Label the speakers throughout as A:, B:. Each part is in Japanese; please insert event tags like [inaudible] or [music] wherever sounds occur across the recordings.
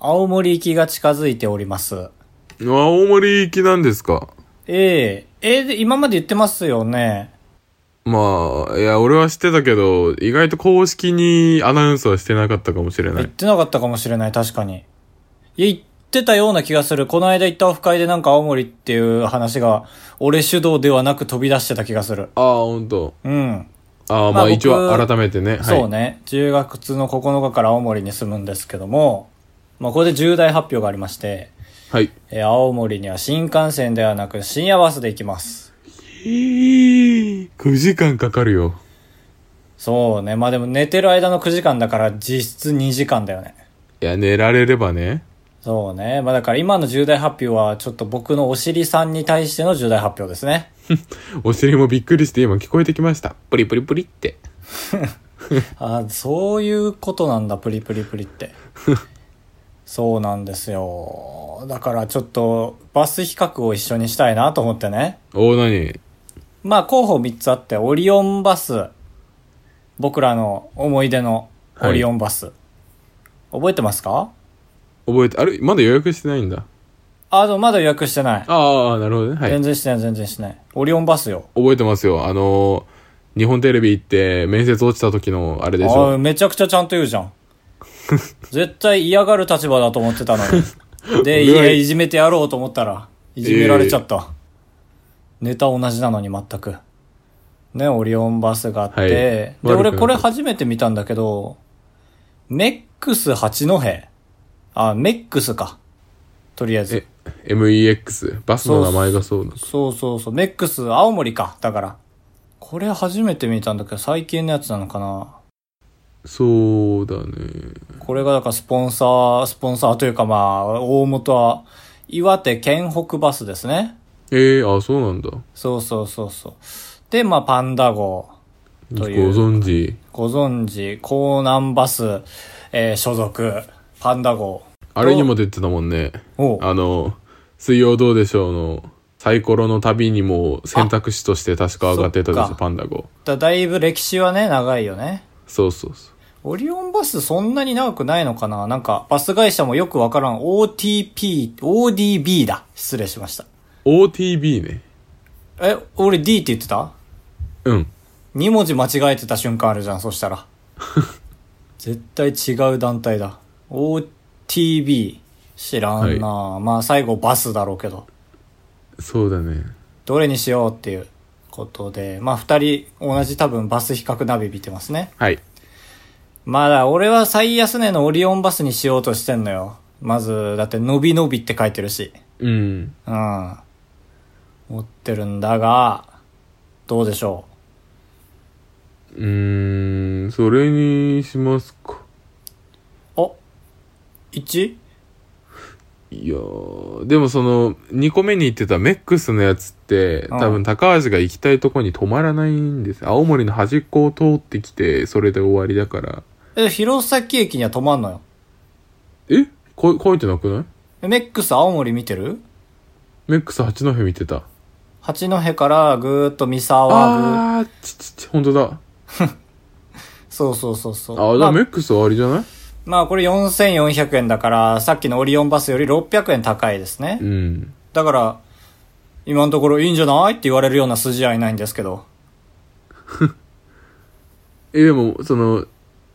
A: 青森行きが近づいております。
B: 青森行きなんですか
A: ええええで今まで言ってますよね。
B: まあ、いや、俺は知ってたけど、意外と公式にアナウンスはしてなかったかもしれな
A: 言っ
B: い。
A: てなかったかもしれない、確かに。いや、言ってたような気がする。この間行ったオフ会でなんか青森っていう話が、俺主導ではなく飛び出してた気がする。
B: ああ、ほんと。
A: うん。
B: ああ、
A: ま
B: ま
A: あ
B: あ一応
A: 僕
B: 改めてね。はい
A: そうね。10月の9日から青森に住むんですけども、まあ、ここで重大発表がありまして、
B: はい。
A: えー青森には新幹線ではなく深夜バスで行きます。
B: 9時間かかるよ。
A: そうね。まあ、でも寝てる間の9時間だから実質2時間だよね。
B: いや、寝られればね。
A: そうね。まあ、だから今の重大発表はちょっと僕のお尻さんに対しての重大発表ですね。
B: お尻もびっくりして今聞こえてきました。プリプリプリって。
A: あ、そういうことなんだ、プリプリプリって。そうなんですよ。だからちょっとバス比較を一緒にしたいなと思ってね。
B: おお、なに
A: まあ候補3つあって、オリオンバス。僕らの思い出のオリオンバス。覚えてますか
B: 覚えて、あれまだ予約してないんだ。
A: あ、でもまだ予約してない。
B: ああ、なるほどね。はい。
A: 全然してない、全然してない。オリオンバスよ。
B: 覚えてますよ。あのー日本テレビ行って面接落ちた時のあれでし
A: あ
B: ょ。
A: めちゃくちゃちゃんと言うじゃ
B: [laughs]
A: ん。絶対嫌がる立場だと思ってたの
B: [laughs]
A: に。で、い
B: 俺は
A: やいじめてやろうと思ったら、いじめられちゃった。ネタ同じなのに全く。ね、オリオンバスがあって。
B: はい
A: で、
B: 悪くなかっ
A: 俺
B: た
A: これ初めて見たんだけど、メックス八戸。あ、メックスか。とりあえず
B: え。、MEX。バスの名前がそうだ。
A: そうそうそう。メックス青森か。だから。これ初めて見たんだけど、最近のやつなのかな。
B: そうだね。
A: これがだからスポンサー、スポンサーというかまあ、大元は、岩手県北バスですね。
B: ええー、あ、そうなんだ。ご
A: そうそうそうそう。で、まあ、パンダ号、という
B: 存知。
A: ご存知、江南バス、えー所属、パンダ号。
B: あれにも出てたもんね。
A: おう
B: あの、水曜どうでしょうのサイコロの旅にも選択肢として確か上がってたでし
A: そっか
B: ょ、パンダ号。
A: だだいぶ歴史はね、長いよね。
B: そうそうそう。
A: オリオンバスそんなに長くないのかななんか、バス会社もよくわからん。OTP、ODB だ。失礼しました。
B: OTB ね。
A: え、俺 D って言ってた
B: うん。
A: 2文字間違えてた瞬間あるじゃんそしたら絶対違う団体だ OTB 知らんな、まあ最後バスだろうけど
B: そうだね。
A: どれにしようっていうことでまあ2人同じ多分バス比較ナビ見てますね
B: はい。
A: まあだ俺は最安値のオリオンバスにしようとしてんのよまずだって「のびのび」って書いてるし
B: うん。
A: うん持ってるんだがどうでしょう
B: うーん、それにしますか。
A: お 1?
B: いやーでもその、2個目に言ってたメックスのやつって、
A: うん
B: 多分高橋が行きたいとこに止まらないんです。青森の端っこを通ってきて、それで終わりだから。
A: え弘前駅には止まんのよ
B: えこ、書いてなくない
A: メックス青森見てる
B: メックス八戸見てた。
A: 八戸からぐーっと三沢ぐ
B: あー、ちちち、ほんとだ。
A: そうそうそうそう。
B: あ、じ
A: ま
B: ゃ
A: あ
B: あメックスはありじゃない
A: まあこれ4400円だから、さっきのオリオンバスより600円高いですね。
B: うん。
A: だから、今のところいいんじゃないって言われるような筋合いないんですけど。
B: え、でも、その、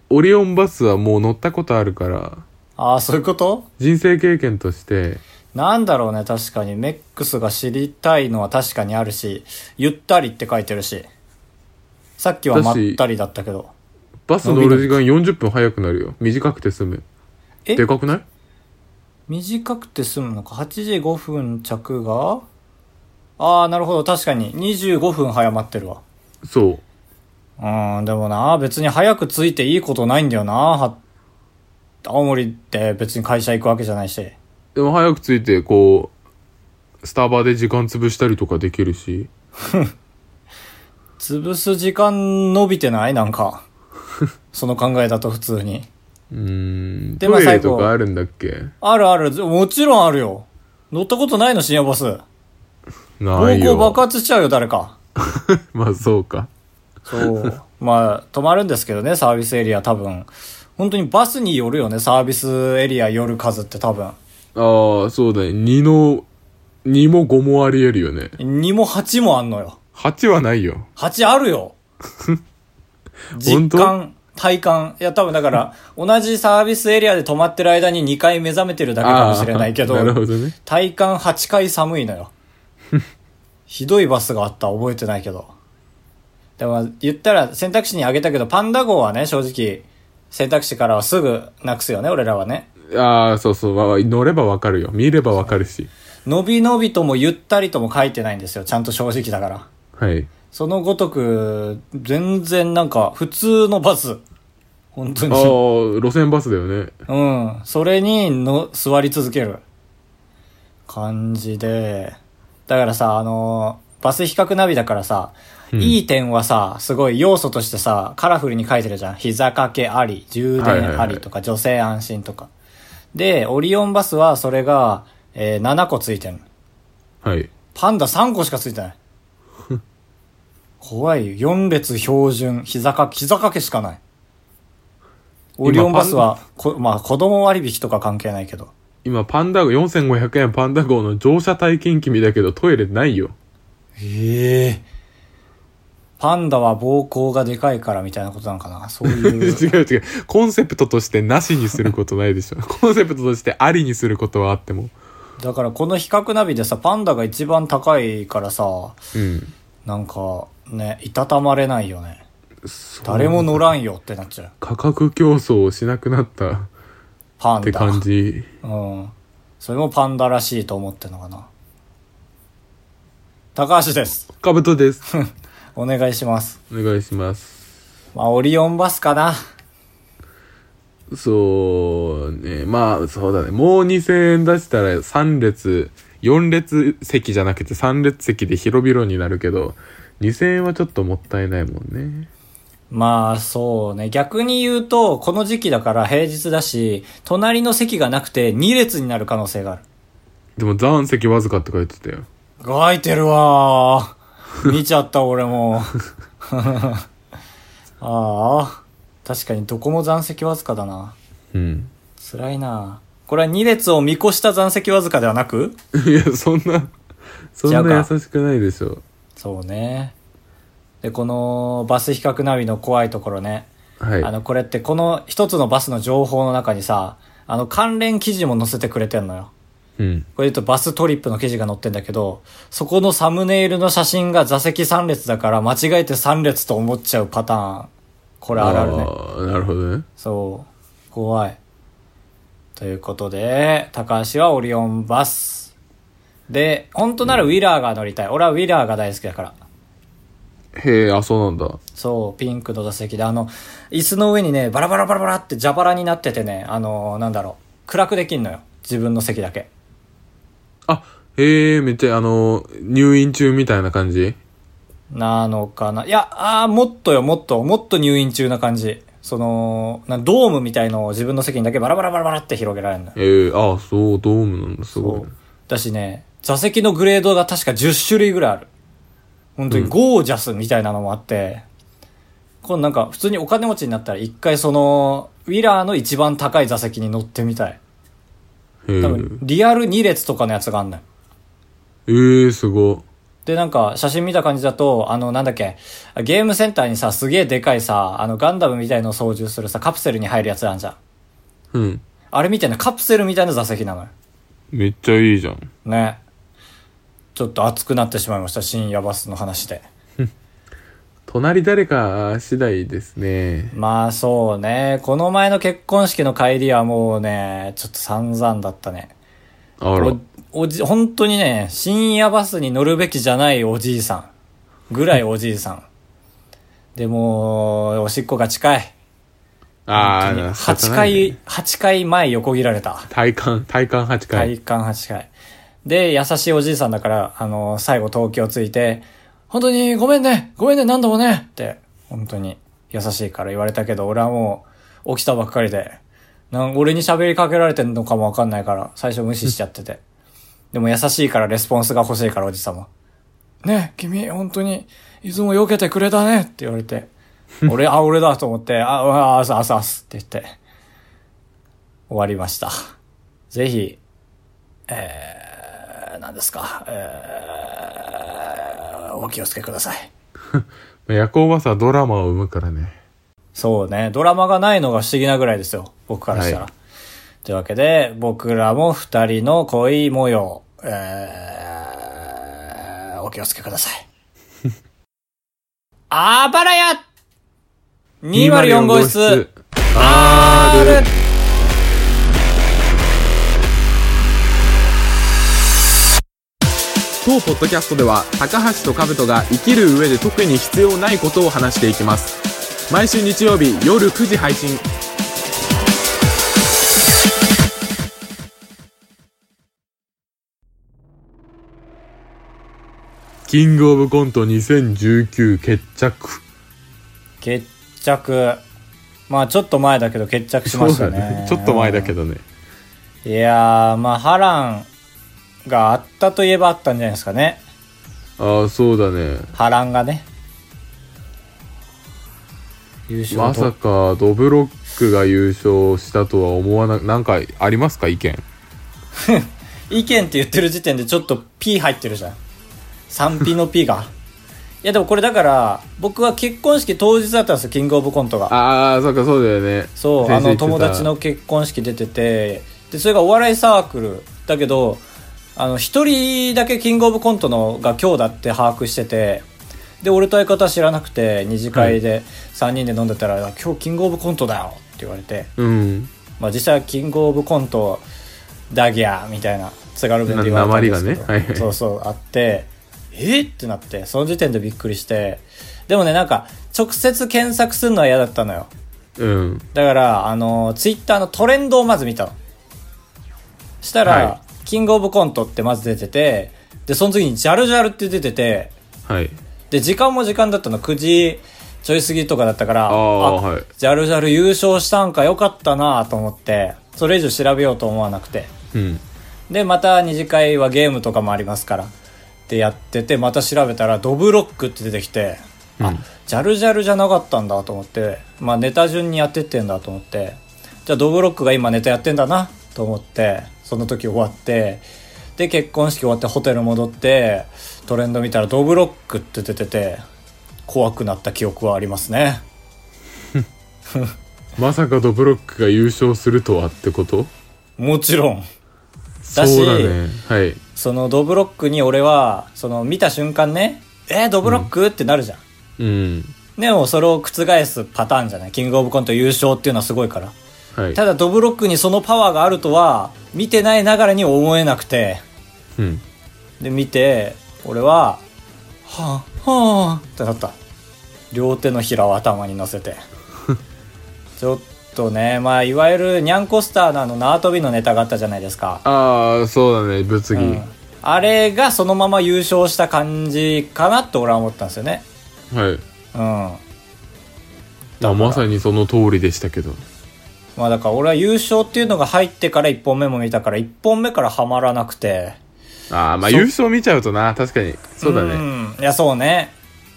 B: オリオンバスはもう乗ったことあるから、
A: ああ、そういうこと
B: 人生経験として、
A: なんだろうね、確かに。メックスが知りたいのは確かにあるし、ゆったりって書いてるし。さっきはまったりだったけど。
B: バス乗る時間40分早くなるよ。短くて済む。
A: え
B: でかくない
A: 短くて済むのか8時5分着がああなるほど確かに25分早まってるわ
B: そう。
A: うーんでもな別に早く着いていいことないんだよなは青森って別に会社行くわけじゃないし
B: でも早く着いて、こう、スタバで時間潰したりとかできるし。
A: 潰す時間伸びてないなん
B: [laughs]
A: かその考えだと普通に
B: うーん。
A: でまあ
B: トイレと
A: 最後
B: かあるんだっけ
A: あるあるもちろんあるよ乗ったことないの深夜バス
B: な
A: 暴
B: い
A: 行
B: よ。
A: 爆発しちゃうよ誰か
B: まあそうか。
A: そうまあ止まるんですけどねサービスエリア多分本当にバスによるよね、サービスエリア寄る数って多分。
B: ああ、そうだね。2の、2も5もありえるよね。
A: 2も8もあんのよ。
B: 8はないよ。
A: 8あるよ。実
B: [laughs] 本当
A: 感、体感。いや、多分だから、同じサービスエリアで止まってる間に2回目覚めてるだけかもしれないけど
B: あー、なるほどね。
A: 体感8回寒いのよ。ひどいバスがあった、覚えてないけど。でも、言ったら選択肢にあげたけど、パンダ号はね、正直、選択肢からはすぐなくすよね、俺らはね。
B: ああ、そうそう。わわ乗ればわかるよ。見ればわかるし。
A: のびのびともゆったりとも書いてないんですよ、ちゃんと正直だから。
B: はい。
A: そのごとく、全然なんか、普通のバス。本当
B: ああ、
A: に。
B: 路線バスだよね。
A: うん。それにの、座り続ける。感じで。だからさ、あの、バス比較ナビだからさ、
B: うん
A: いい点はさ、すごい要素としてさ、カラフルに書いてるじゃん。膝掛けあり、充
B: はいはい
A: 電
B: は
A: あ
B: い
A: りとか、女性安心とか。で、オリオンバスはそれが、えー7個ついてる。
B: はい。
A: パンダ3個しかついてない。
B: [laughs]
A: 怖いよ。4列標準、膝掛け、膝掛けしかない。オリオンバスは、こまあ子供割引とか関係ないけど。
B: 今、パンダ号、4500円パンダ号の乗車体験機見だけど、トイレないよ。
A: ええパンダは膀胱がでかいからみたいなことなのかなそういう。
B: [laughs] 違う違う。コンセプトとしてなしにすることないでしょ。 [laughs] コンセプトとしてありにすることはあっても。
A: だからこの比較ナビでさ、パンダが一番高いからさ、
B: うん。
A: なんかね、いたたまれないよね。誰も乗らんよってなっちゃう。
B: 価格競争をしなくなったっ
A: パンダ。
B: て感じ。
A: うん。それもパンダらしいと思ってんのかな。高橋です。
B: かぶとです。
A: お願いします。
B: お願いします。
A: まあ、オリオンバスかな。
B: そうね。まあ、そうだね。もう2000円出したら3列、4列席じゃなくて3列席で広々になるけど、2000円はちょっともったいないもんね。
A: まあ、そうね。逆に言うと、この時期だから平日だし、隣の席がなくて2列になる可能性がある。
B: でも、残席わずかって書いてたよ。
A: 書いてるわー。 [laughs] 見ちゃった、俺も。 [laughs] ああ。確かにどこも残席わずかだな。
B: うん。
A: 辛いな。これは2列を見越した残席わずかではなく
B: [laughs] いや、そんな、そん
A: 違う
B: な
A: か
B: 優しくないでしょ。
A: そうね。で、このバス比較ナビの怖いところね。
B: はい。
A: あの、これってこの一つのバスの情報の中にさ、あの関連記事も載せてくれてんのよ。
B: うん。
A: これ言うとバストリップの記事が載ってんだけど、そこのサムネイルの写真が座席3列だから間違えて3列と思っちゃうパターン。これあるあるね。
B: ーなるほどね。
A: そう。怖い。ということで、高橋はオリオンバス。で、本当ならウィラーが乗りたい。俺はウィラーが大好きだから。
B: へえ、あ、そうなんだ。
A: そう、ピンクの座席で、あの、椅子の上にね、バラバラバラバラって蛇腹になっててね、あの、なんだろう、暗くできんのよ。自分の席だけ。
B: あ、へえ、めっちゃ、あの、入院中みたいな感じ
A: なのかな。いや、あーもっとよ、もっと、もっと入院中な感じ。その、なドームみたいのを自分の席にだけバラバラバラバラって広げられるのよ。
B: ええあ、そう、ドームなんだ、すごい
A: そう。だしね、座席のグレードが確か10種類ぐらいある。本当にゴージャスみたいなのもあって、このなんか普通にお金持ちになったら一回その、ウィラーの一番高い座席に乗ってみたい。
B: へえ
A: 多分、リアル2列とかのやつがあんのよ。
B: ええすご
A: で、なんか、写真見た感じだと、あの、なんだっけ、ゲームセンターにさ、すげえでかいさ、あの、ガンダムみたいのを操縦するさ、カプセルに入るやつあんじゃん。
B: い。うん。
A: あれみたいな、カプセルみたいな座席なのよ。
B: めっちゃいいじゃん。
A: ね。ちょっと熱くなってしまいました、深夜バスの話で。
B: 隣誰か次第ですね。
A: まあ、そうね。この前の結婚式の帰りはもうね、ちょっと散々だったね。
B: あら
A: お。おじ、本当にね、深夜バスに乗るべきじゃないおじいさん。ぐらいおじいさん。でも、おしっこが近い。
B: ああ、仕
A: 8
B: 方ないね
A: 回、八回前横切られた。
B: 体感、体感8
A: 体
B: 回。
A: 感8回。で、優しいおじいさんだから、あの、最後東京着いて、本当にごめんね、ごめんね、何度もね、って、本当に優しいから言われたけど、俺はもう起きたばっかりで、なん俺に喋りかけられてんのかもわかんないから、最初無視しちゃってて。でも優しいからレスポンスが欲しいから、おじさんも。ねえ、君、本当に、いつも避けてくれたねって言われて、俺、あ、俺だと思って、あ、うわあ、あすあすあすって言って、終わりました。ぜひ、えー、何ですか、えー、お気をつけください。
B: 夜行バスはドラマを生むからね。
A: そうね、ドラマがないのが不思議なぐらいですよ、僕からしたら。
B: はい
A: というわけで、僕らも二人の恋模様、えー、お気をつけください。
B: [laughs]
A: あばらや !204 号室 R!
B: 当ポッドキャストでは高橋と兜が生きる上で特に必要ないことを話していきます毎週日曜日夜9時配信キングオブコント2019決着
A: 決着。まあちょっと前だけど決着しましたね。
B: ちょっと前だけ
A: ど。
B: どね
A: いやー、まあ波乱があったといえばあったんじゃないですかね。
B: ああそうだね
A: 波乱がね。優勝と
B: まさかドブロックが優勝したとは思わななんかありますか意見
A: 意見って言ってる時点でちょっと P 入ってるじゃん。賛否の P が。 [laughs] いやでもこれだから、僕は結婚式当日だったんですよ、キングオブコントが。
B: ああそっかそうだよね
A: そう、あ
B: 先生言
A: の
B: ってた
A: 友達の結婚式出てて、で、それがお笑いサークルだけど、あの、一人だけキングオブコントのが今日だって把握してて、で、俺と相方知らなくて、二次会で3人で飲んでたら、今日キングオブコントだよって言われて、
B: うん
A: まあ実際はキングオブコントダギャーみたいな津軽弁で言われたんですけど、
B: な訛りがねはいはい
A: そうそうあってえっってなってその時点でびっくりしてでもねなんか直接検索するのは嫌だったのよ
B: うん
A: だからあのツイッターのトレンドをまず見たのしたら、
B: は
A: キングオブコントってまず出ててでその次にジャルジャルって出てて
B: はい
A: で時間も時間だったの9時ちょい過ぎとかだったから
B: ああはい
A: ジャルジャル優勝したんかよかったなと思って、それ以上調べようと思わなくて。
B: うん
A: で、また二次会はゲームとかもありますから。でやってて、また調べたらドブロックって出てきて、あ、
B: うん
A: ジャルジャルじゃなかったんだと思って、まあネタ順にやってってんだと思って、じゃあドブロックが今ネタやってんだなと思って、その時終わって、で結婚式終わってホテル戻って、トレンド見たらドブロックって出てて、怖くなった記憶はありますね。
B: まさかドブロックが優勝するとはってこと
A: もちろん。
B: そ
A: だし
B: うだねはい
A: そのドブロックに俺は、その見た瞬間ね、えー、ドブロック、ってなるじゃん。
B: うん
A: でもそれを覆すパターンじゃないキングオブコント優勝っていうのはすごいから。
B: はい
A: ただドブロックにそのパワーがあるとは、見てないながらに思えなくて、
B: うん
A: で見て、俺は、はぁ、はぁ、ってなった。両手のひらを頭に乗せ [laughs] て。ちょっとね、まあ、いわゆるニャンコスターのあの縄跳びのネタがあったじゃないですか。
B: ああそうだね物議、
A: うんあれがそのまま優勝した感じかなと俺は思ったんですよね。
B: はい
A: うん。ま
B: まあまさにその通りでしたけど
A: あだから俺は優勝っていうのが入ってから1本目も見たから1本目からハマらなくて。
B: ああまあ
A: そう
B: 優勝見ちゃうとな確かにそうだね
A: ん。いやそうね。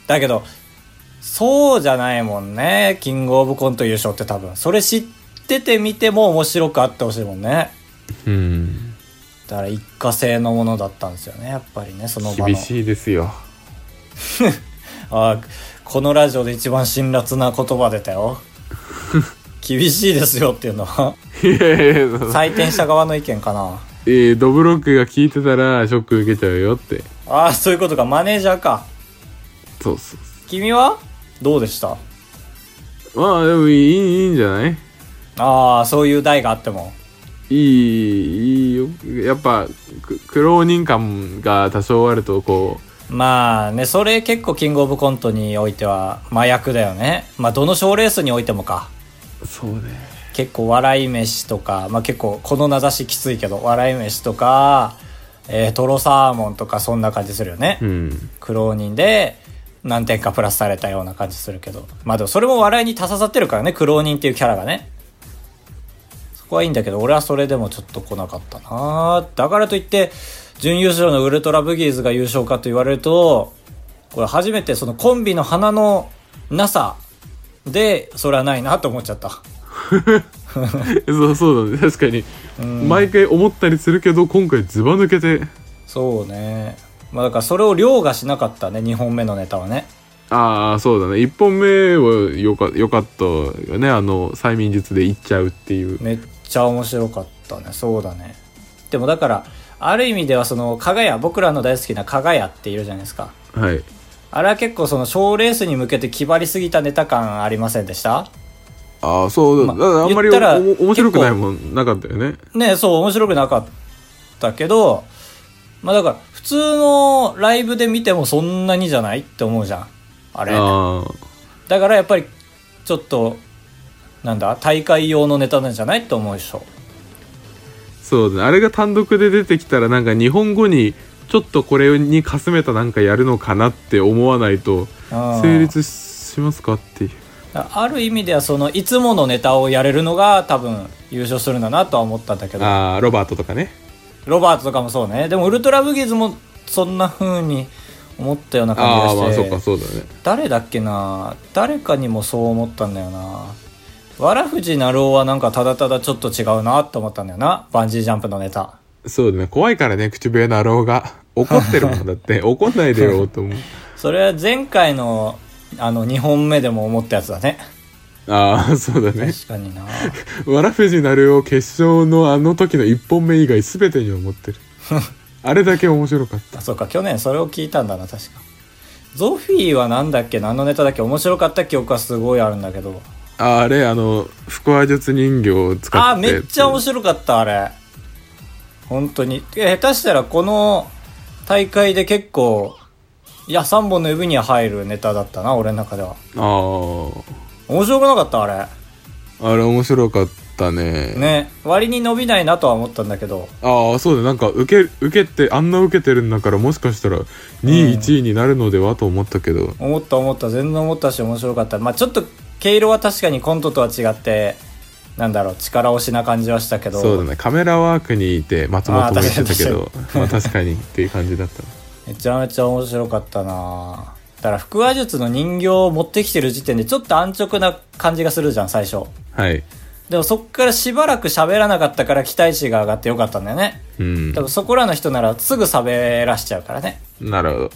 A: だけど、そうじゃないもんね。キングオブコント優勝って多分。それ知ってて見ても面白くあってほしいもんね。
B: うん
A: だから一過性のものだったんですよね。やっぱりね、その場の。
B: 厳しいですよ
A: あこのラジオで一番辛辣な言葉出た
B: [laughs]
A: よ厳しいですよっていうのは
B: いやいやいや
A: 採点した側の意見かな
B: [laughs] えー、ドブロックが聞いてたらショック受けちゃうよって
A: ああそういうことかマネージャーか
B: そうそう
A: 君はどうでした
B: そうまあでもいいいいいいんじゃない
A: ああそういう題があっても
B: いいいいよやっぱく苦労人感が多少あるとこ
A: まあねそれ結構キングオブコントにおいては麻薬だよねまあどの賞ーレースにおいてもか
B: うそうね
A: 結構笑い飯とか、まあ、結構この名指しきついけど笑い飯とか、えー、トロサーモンとかそんな感じするよね、
B: うん [laughs]
A: 苦労人で何点かプラスされたような感じするけどまあでもそれも笑いに足さってるからね苦労人っていうキャラがねそこはいいんだけど俺はそれでもちょっと来なかったなだからといって準優勝のウルトラブギーズが優勝かと言われるとこれ初めてそのコンビの花のなさでそれはないなと思っちゃった
B: そうそうだね確かに、毎回思ったりするけど今回ズバ抜けて
A: そうね。まあだからそれを凌駕しなかったね、2本目のネタはね。
B: ああそうだね1本目はよかよかったよねあの催眠術でいっちゃうっていう
A: めっちゃ面白かったね。そうだね。でもだから、ある意味ではその、加賀屋、僕らの大好きな加賀屋っているじゃないですか。
B: はい
A: あれは結構その賞ーレースに向けて気張りすぎたネタ感ありませんでした
B: ああそうだ,、
A: まあ
B: あんま
A: 言っ
B: り
A: たら
B: おも面白くないもんなかったよね
A: ねそう、面白くなかったけど、まあだから、普通のライブで見てもそんなにじゃないって思うじゃん。あれ。
B: ああ
A: だからやっぱり、ちょっと、なんだ、大会用のネタなんじゃないって思うでしょ。
B: そうだねあれが単独で出てきたらなんか日本語にちょっとこれにかすめたなんかやるのかなって思わないと
A: うん
B: 成立しますかっていう
A: ある意味ではそのいつものネタをやれるのが多分優勝するんだなとは思ったんだけど
B: ああロバートとかね
A: ロバートとかもそうねでもウルトラブギーズもそんな風に思ったような感
B: ああ
A: じ
B: ま
A: が
B: あ
A: し
B: そ
A: て、
B: うかそうだね
A: 誰だっけな誰かにもそう思ったんだよなわらふじなるおはなんかただただちょっと違うなと思ったんだよなバンジージャンプのネタ
B: そうだね怖いからね口笛のアローが怒ってるもんだって
A: [laughs]
B: 怒んないでよと思う
A: それは前回のあの2本目でも思ったやつだね
B: ああそうだね
A: 確かにな
B: わらふじなるお決勝のあの時の1本目以外全てに
A: [laughs]
B: 思ってるあれだけ面白かった
A: あそうか去年それを聞いたんだな確かゾフィーはなんだっけ何のネタだっけ面白かった記憶はすごいあるんだけど
B: ああれあの腹話術人形を使って
A: あーめっちゃ面白かったあれ本当にえ下手したらこの大会で結構いや3本の指には入るネタだったな俺の中では
B: ああ
A: 面白くなかったあ
B: あれ面白かったね
A: れね割に伸びないなとは思ったんだけど
B: ああそうだなんか受け受けてあんな受けてるんだからもしかしたら2位1位になるのではと思ったけど、
A: 思った思った全然思ったし面白かったまあちょっと毛色は確かにコントとは違ってなんだろう力押しな感じはしたけど
B: そうだねカメラワークにいて松本も言ってたけど [laughs] まあ確かにっていう感じだった
A: めちゃめちゃ面白かったなだから腹話術の人形を持ってきてる時点でちょっと安直な感じがするじゃん最初
B: はい
A: でもそっからしばらく喋らなかったから期待値が上がってよかったんだよね
B: うん
A: 多分そこらの人ならすぐ喋らしちゃうからね
B: なるほ
A: っ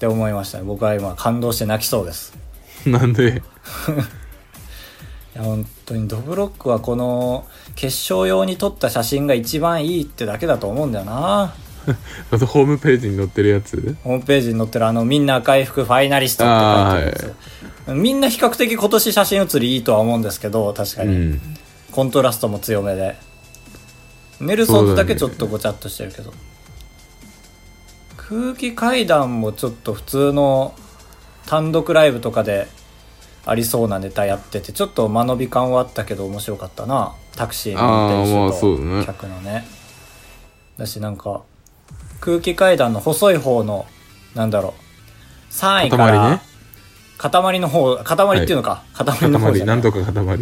A: て思いましたね僕は今感動して泣きそうです
B: ど [laughs] なんで
A: いや本当にドブロックはこの決勝用に撮った写真が一番いいってだけだと思うんだよな
B: あとホームページに載ってるやつ
A: ホームページに載ってるあのみんな赤い服ファイナリストって書いてるやつ、みんな比較的今年写真写りいいとは思うんですけど確か
B: う
A: に、
B: ん
A: コントラストも強めでネルソンズだけちょっとごちゃっとしてるけど、空気階段もちょっと普通の単独ライブとかでありそうなネタやっててちょっと間延び感はあったけど面白かったなタクシーの運
B: あーまあそう
A: 転
B: だ
A: 手
B: ね
A: と客のねだしなんか空気階段の細い方のなんだろう3位から
B: 塊
A: 塊,、
B: ね
A: の方塊っていうのか、 [laughs] 塊の方じ
B: 塊
A: ゃな
B: ないんとか塊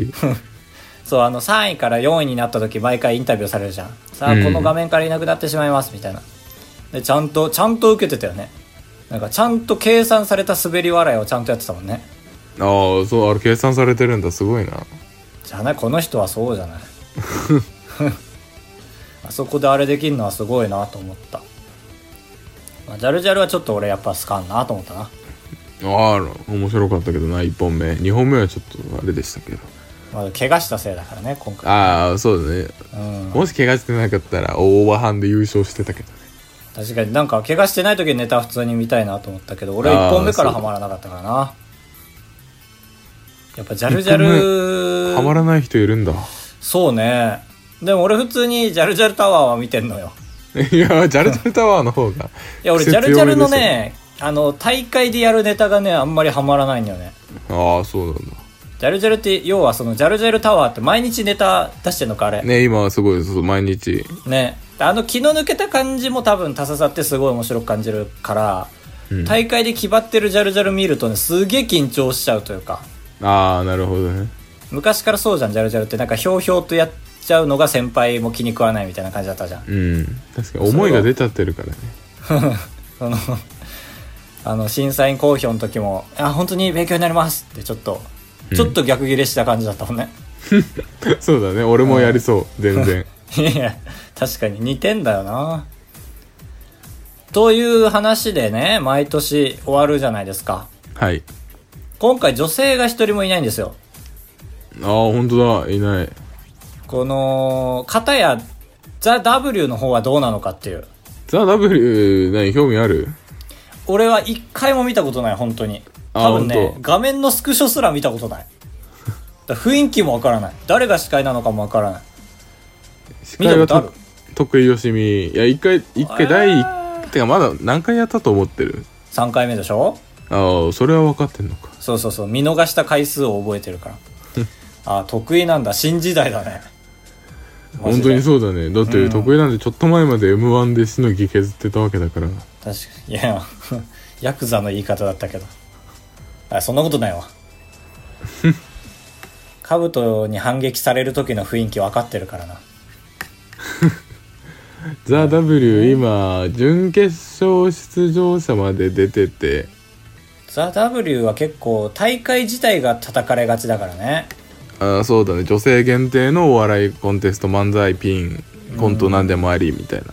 A: そうあの3位から4位になった時毎回インタビューされるじゃんさあ、
B: うん
A: この画面からいなくなってしまいますみたいなでちゃんとちゃんと受けてたよねなんかちゃんと計算された滑り笑いをちゃんとやってたもんね
B: ああそうあれ計算されてるんだすごいな
A: じゃあねこの人はそうじゃない
B: [laughs]
A: あそこであれできるのはすごいなと思った、まあ、ジャルジャルはちょっと俺やっぱ好かんなと思ったな
B: ああ面白かったけどな1本目2本目はちょっとあれでしたけど
A: まあ、怪我したせいだからね今回
B: ああそうだね
A: うん
B: もし怪我してなかったらオーバーハンで優勝してたけどね
A: 確かになんか怪我してない時にネタ普通に見たいなと思ったけど俺
B: あ
A: は
B: ー
A: 1本目からハマらなかったからなやっぱジャルジャル
B: ハマらない人いるんだ
A: そうねでも俺普通にジャルジャルタワーは見てんのよ
B: いやジャルジャルタワーの方が
A: いや俺ジ
B: 癖
A: ャ
B: 強め
A: ルジャルの
B: で
A: ねあの大会でやるネタがねあんまりハマらないんだよね
B: すよああそうなんだ
A: ジャルジャルって要はそのジャルジャルタワーって毎日ネタ出してんのかあれね
B: ね今はすごいそう毎日
A: あの気の抜けた感じも多分足ささってすごい面白く感じるから、
B: うん
A: 大会で決まってるジャルジャル見るとねすげえ緊張しちゃうというか
B: ああなるほどね
A: 昔からそうじゃんジャルジャルってなんかひょうひょうとやっちゃうのが先輩も気に食わないみたいな感じだったじゃん
B: うん確かに思いが出ちゃってるからね [laughs]
A: その [laughs] あの審査員公表の時も「あ本当に勉強になります」ってちょっとちょっと逆ギレした感じだったもんね、 [laughs]
B: そうだね俺もやりそう全然
A: いや、確かに似てんだよな。という話でね、毎年終わるじゃないですか。
B: はい
A: 今回女性が一人もいないんですよ。
B: ああ本当だいない
A: この、片や、ザ・ W の方はどうなのかっていう。
B: ザ・ W 何興味ある
A: 俺は一回も見たことない、本当に。
B: あ
A: 多分ね
B: 本、当
A: 画面のスクショすら見たことない。 [laughs] だから雰囲気もわからない。誰が司会なのかもわからない。
B: 司
A: 見た
B: 会
A: こ
B: は
A: とある
B: と徳井よしみいや一回一回第一
A: あ
B: てかまだ何回やったと思ってる
A: 3回目でしょ
B: ああそれは分かってんのか
A: そうそうそう。見逃した回数を覚えてる
B: [laughs]
A: から。あ、得意なんだ。新時代だね。マジ
B: 本
A: で
B: 当にそうだねだって徳井なんてちょっと前まで m 1でしのぎ削ってたわけだから
A: 確かにいや [laughs] ヤクザの言い方だったけどあそんなこと
B: [laughs]
A: ないわ兜に反撃される時の雰囲気分かってるからな
B: ザ・ W 今準決勝出場者まで出てて
A: ザ・ W は結構大会自体が叩かれがちだからね
B: あーそうだね女性限定のお笑いコンテスト漫才ピンコントなんでもありみたいな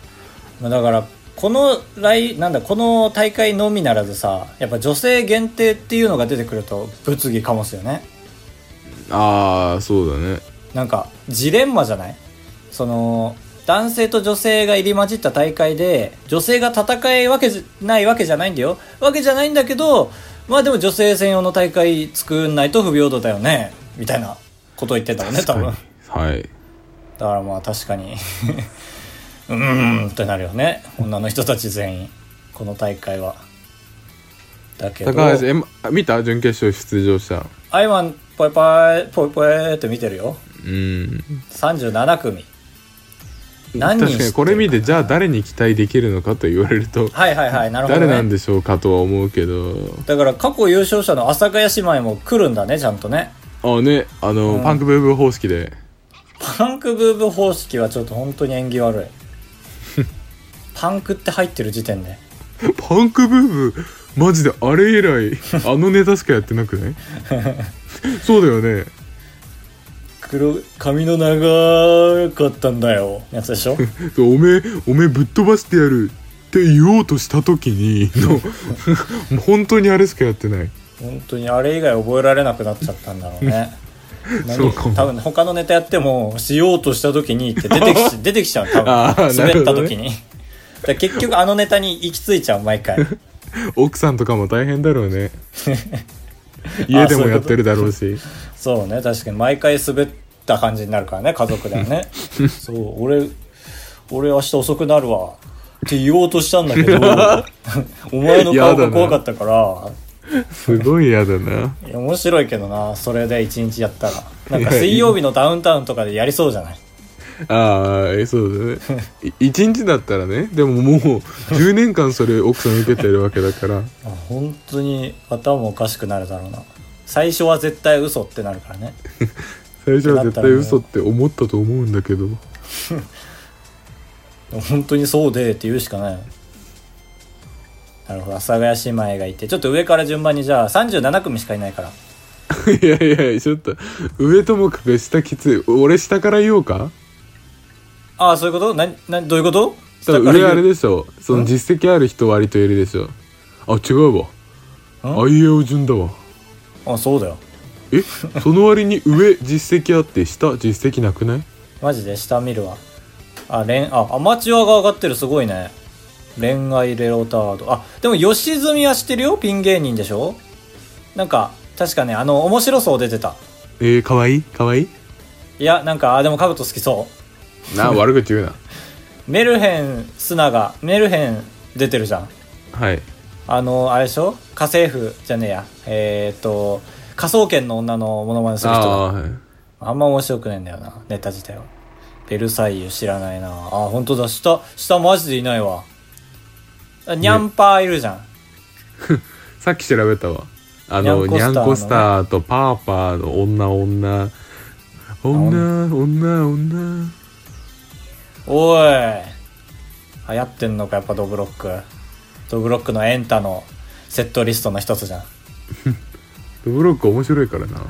A: まあだからこの来なんだこの大会のみならずさやっぱ女性限定っていうのが出てくると物議かもしれない
B: ああそうだね
A: なんかジレンマじゃないその男性と女性が入り混じった大会で女性が戦いわけじないわけじゃないんだよわけじゃないんだけどまあでも女性専用の大会作んないと不平等だよねみたいなことを言ってたもんね多分だか
B: はい
A: らまあ確かに [laughs] うーんってなるよね女の人たち全員この大会はだけど
B: 高橋、えま見た準決勝出場者
A: アイマンぽいぽいぽいぽいって見てるよ
B: うん
A: 37組何人知
B: 確
A: って
B: か
A: る
B: に
A: か
B: これ見てじゃあ誰に期待できるのかと言われると
A: はいはいはい、なるほど、ね。
B: 誰なんでしょうかとは思うけど
A: だから過去優勝者の阿佐ヶ谷姉妹も来るんだね、ちゃんとね。
B: あねあの、
A: うん
B: パンクブーブー方式で [laughs]
A: パンクブーブー方式はちょっと本当に縁起悪
B: [laughs]
A: い。パンクって入ってる時点で。
B: パンクブーブーマジであれ以来あのネタしかやってなく
A: [laughs]
B: ないそうだよね
A: 黒、髪の長かったんだよ。やつでしょ
B: おめえおめえぶっ飛ばしてやるって言おうとした時にの
A: [laughs]
B: もう本当にあれしかやってない
A: 本当にあれ以外覚えられなくなっちゃったんだろう
B: [laughs]
A: ね。
B: そ
A: 何
B: うかも
A: 多分他のネタやってもしようとした時にって出て
B: [laughs]
A: きち出てきちゃう多
B: あ
A: 分
B: ーな
A: 滑
B: る
A: っ
B: ほ
A: た
B: どね
A: 時に、だから結局あのネタに行き着いちゃう毎
B: [laughs]
A: 回
B: 奥さんとかも大変だろう
A: [laughs]
B: ね家でもやってるだろうし
A: そうね確かに毎回滑った感じになるからね家族では
B: [laughs]
A: ねそう俺俺明日遅くなるわって言おうとしたんだけ
B: [laughs]
A: どお前の顔が怖かったから
B: すごい嫌だない
A: や面白いけどなそれで一日やったらなんか水曜日のダウンタウンとかでやりそうじゃない
B: ああえそうだね1日だったらねでももう10年間それ奥さん受けてるわけだから
A: あ本当に頭おかしくなるだろうな最初は絶対嘘ってなるからね
B: 最初は絶対嘘って思ったと思うんだけど [laughs]
A: でも本当にそうでって言うしかないよなるほど阿佐ヶ谷姉妹がいてちょっと上から順番にじゃあ37組しかいないから
B: いやいやちょっと上ともかく下きつい俺下から言おうか
A: ああ、そういうことな、な、どういうこと
B: 多分上あれ
A: で。
B: でしょその実績ある人割といるでしょあ違うわ
A: ん
B: あいうえお順だわ
A: あ、そうだよ。
B: えその割に上実績あって下実績なくない
A: マジで下見るわ。あ、恋、あ、アマチュアが上がってる、すごいね。恋愛レロタード。あ、でも吉住は知ってるよピン芸人でしょなんか、確かね、あの、面白そう出てた。
B: えー、かわいいかわいい
A: いや、なんか、あ、でもカブト好きそ
B: な悪口言うな
A: う。メルヘン、スナが、メルヘン出てるじゃん。
B: はい
A: あの、あれでしょ家政婦じゃねえや。えーっと、科捜研の女のモノマネする人だ。
B: ああーはい
A: あんま面白くないんだよな、ネタ自体は。ベルサイユ知らないな。あ、本当だ、下、下マジでいないわ。あニャンパーいるじゃん。
B: さっき調べたわあの
A: ニ
B: ニ
A: ャ
B: ャ
A: ン
B: ン
A: コ
B: コ
A: ス
B: ス
A: タ
B: ターとパーパーの女女女女女
A: おい。流行ってんのか、やっぱドブロック。ドブロックのエンタのセットリストの一つじゃん。
B: ブロック面白いからな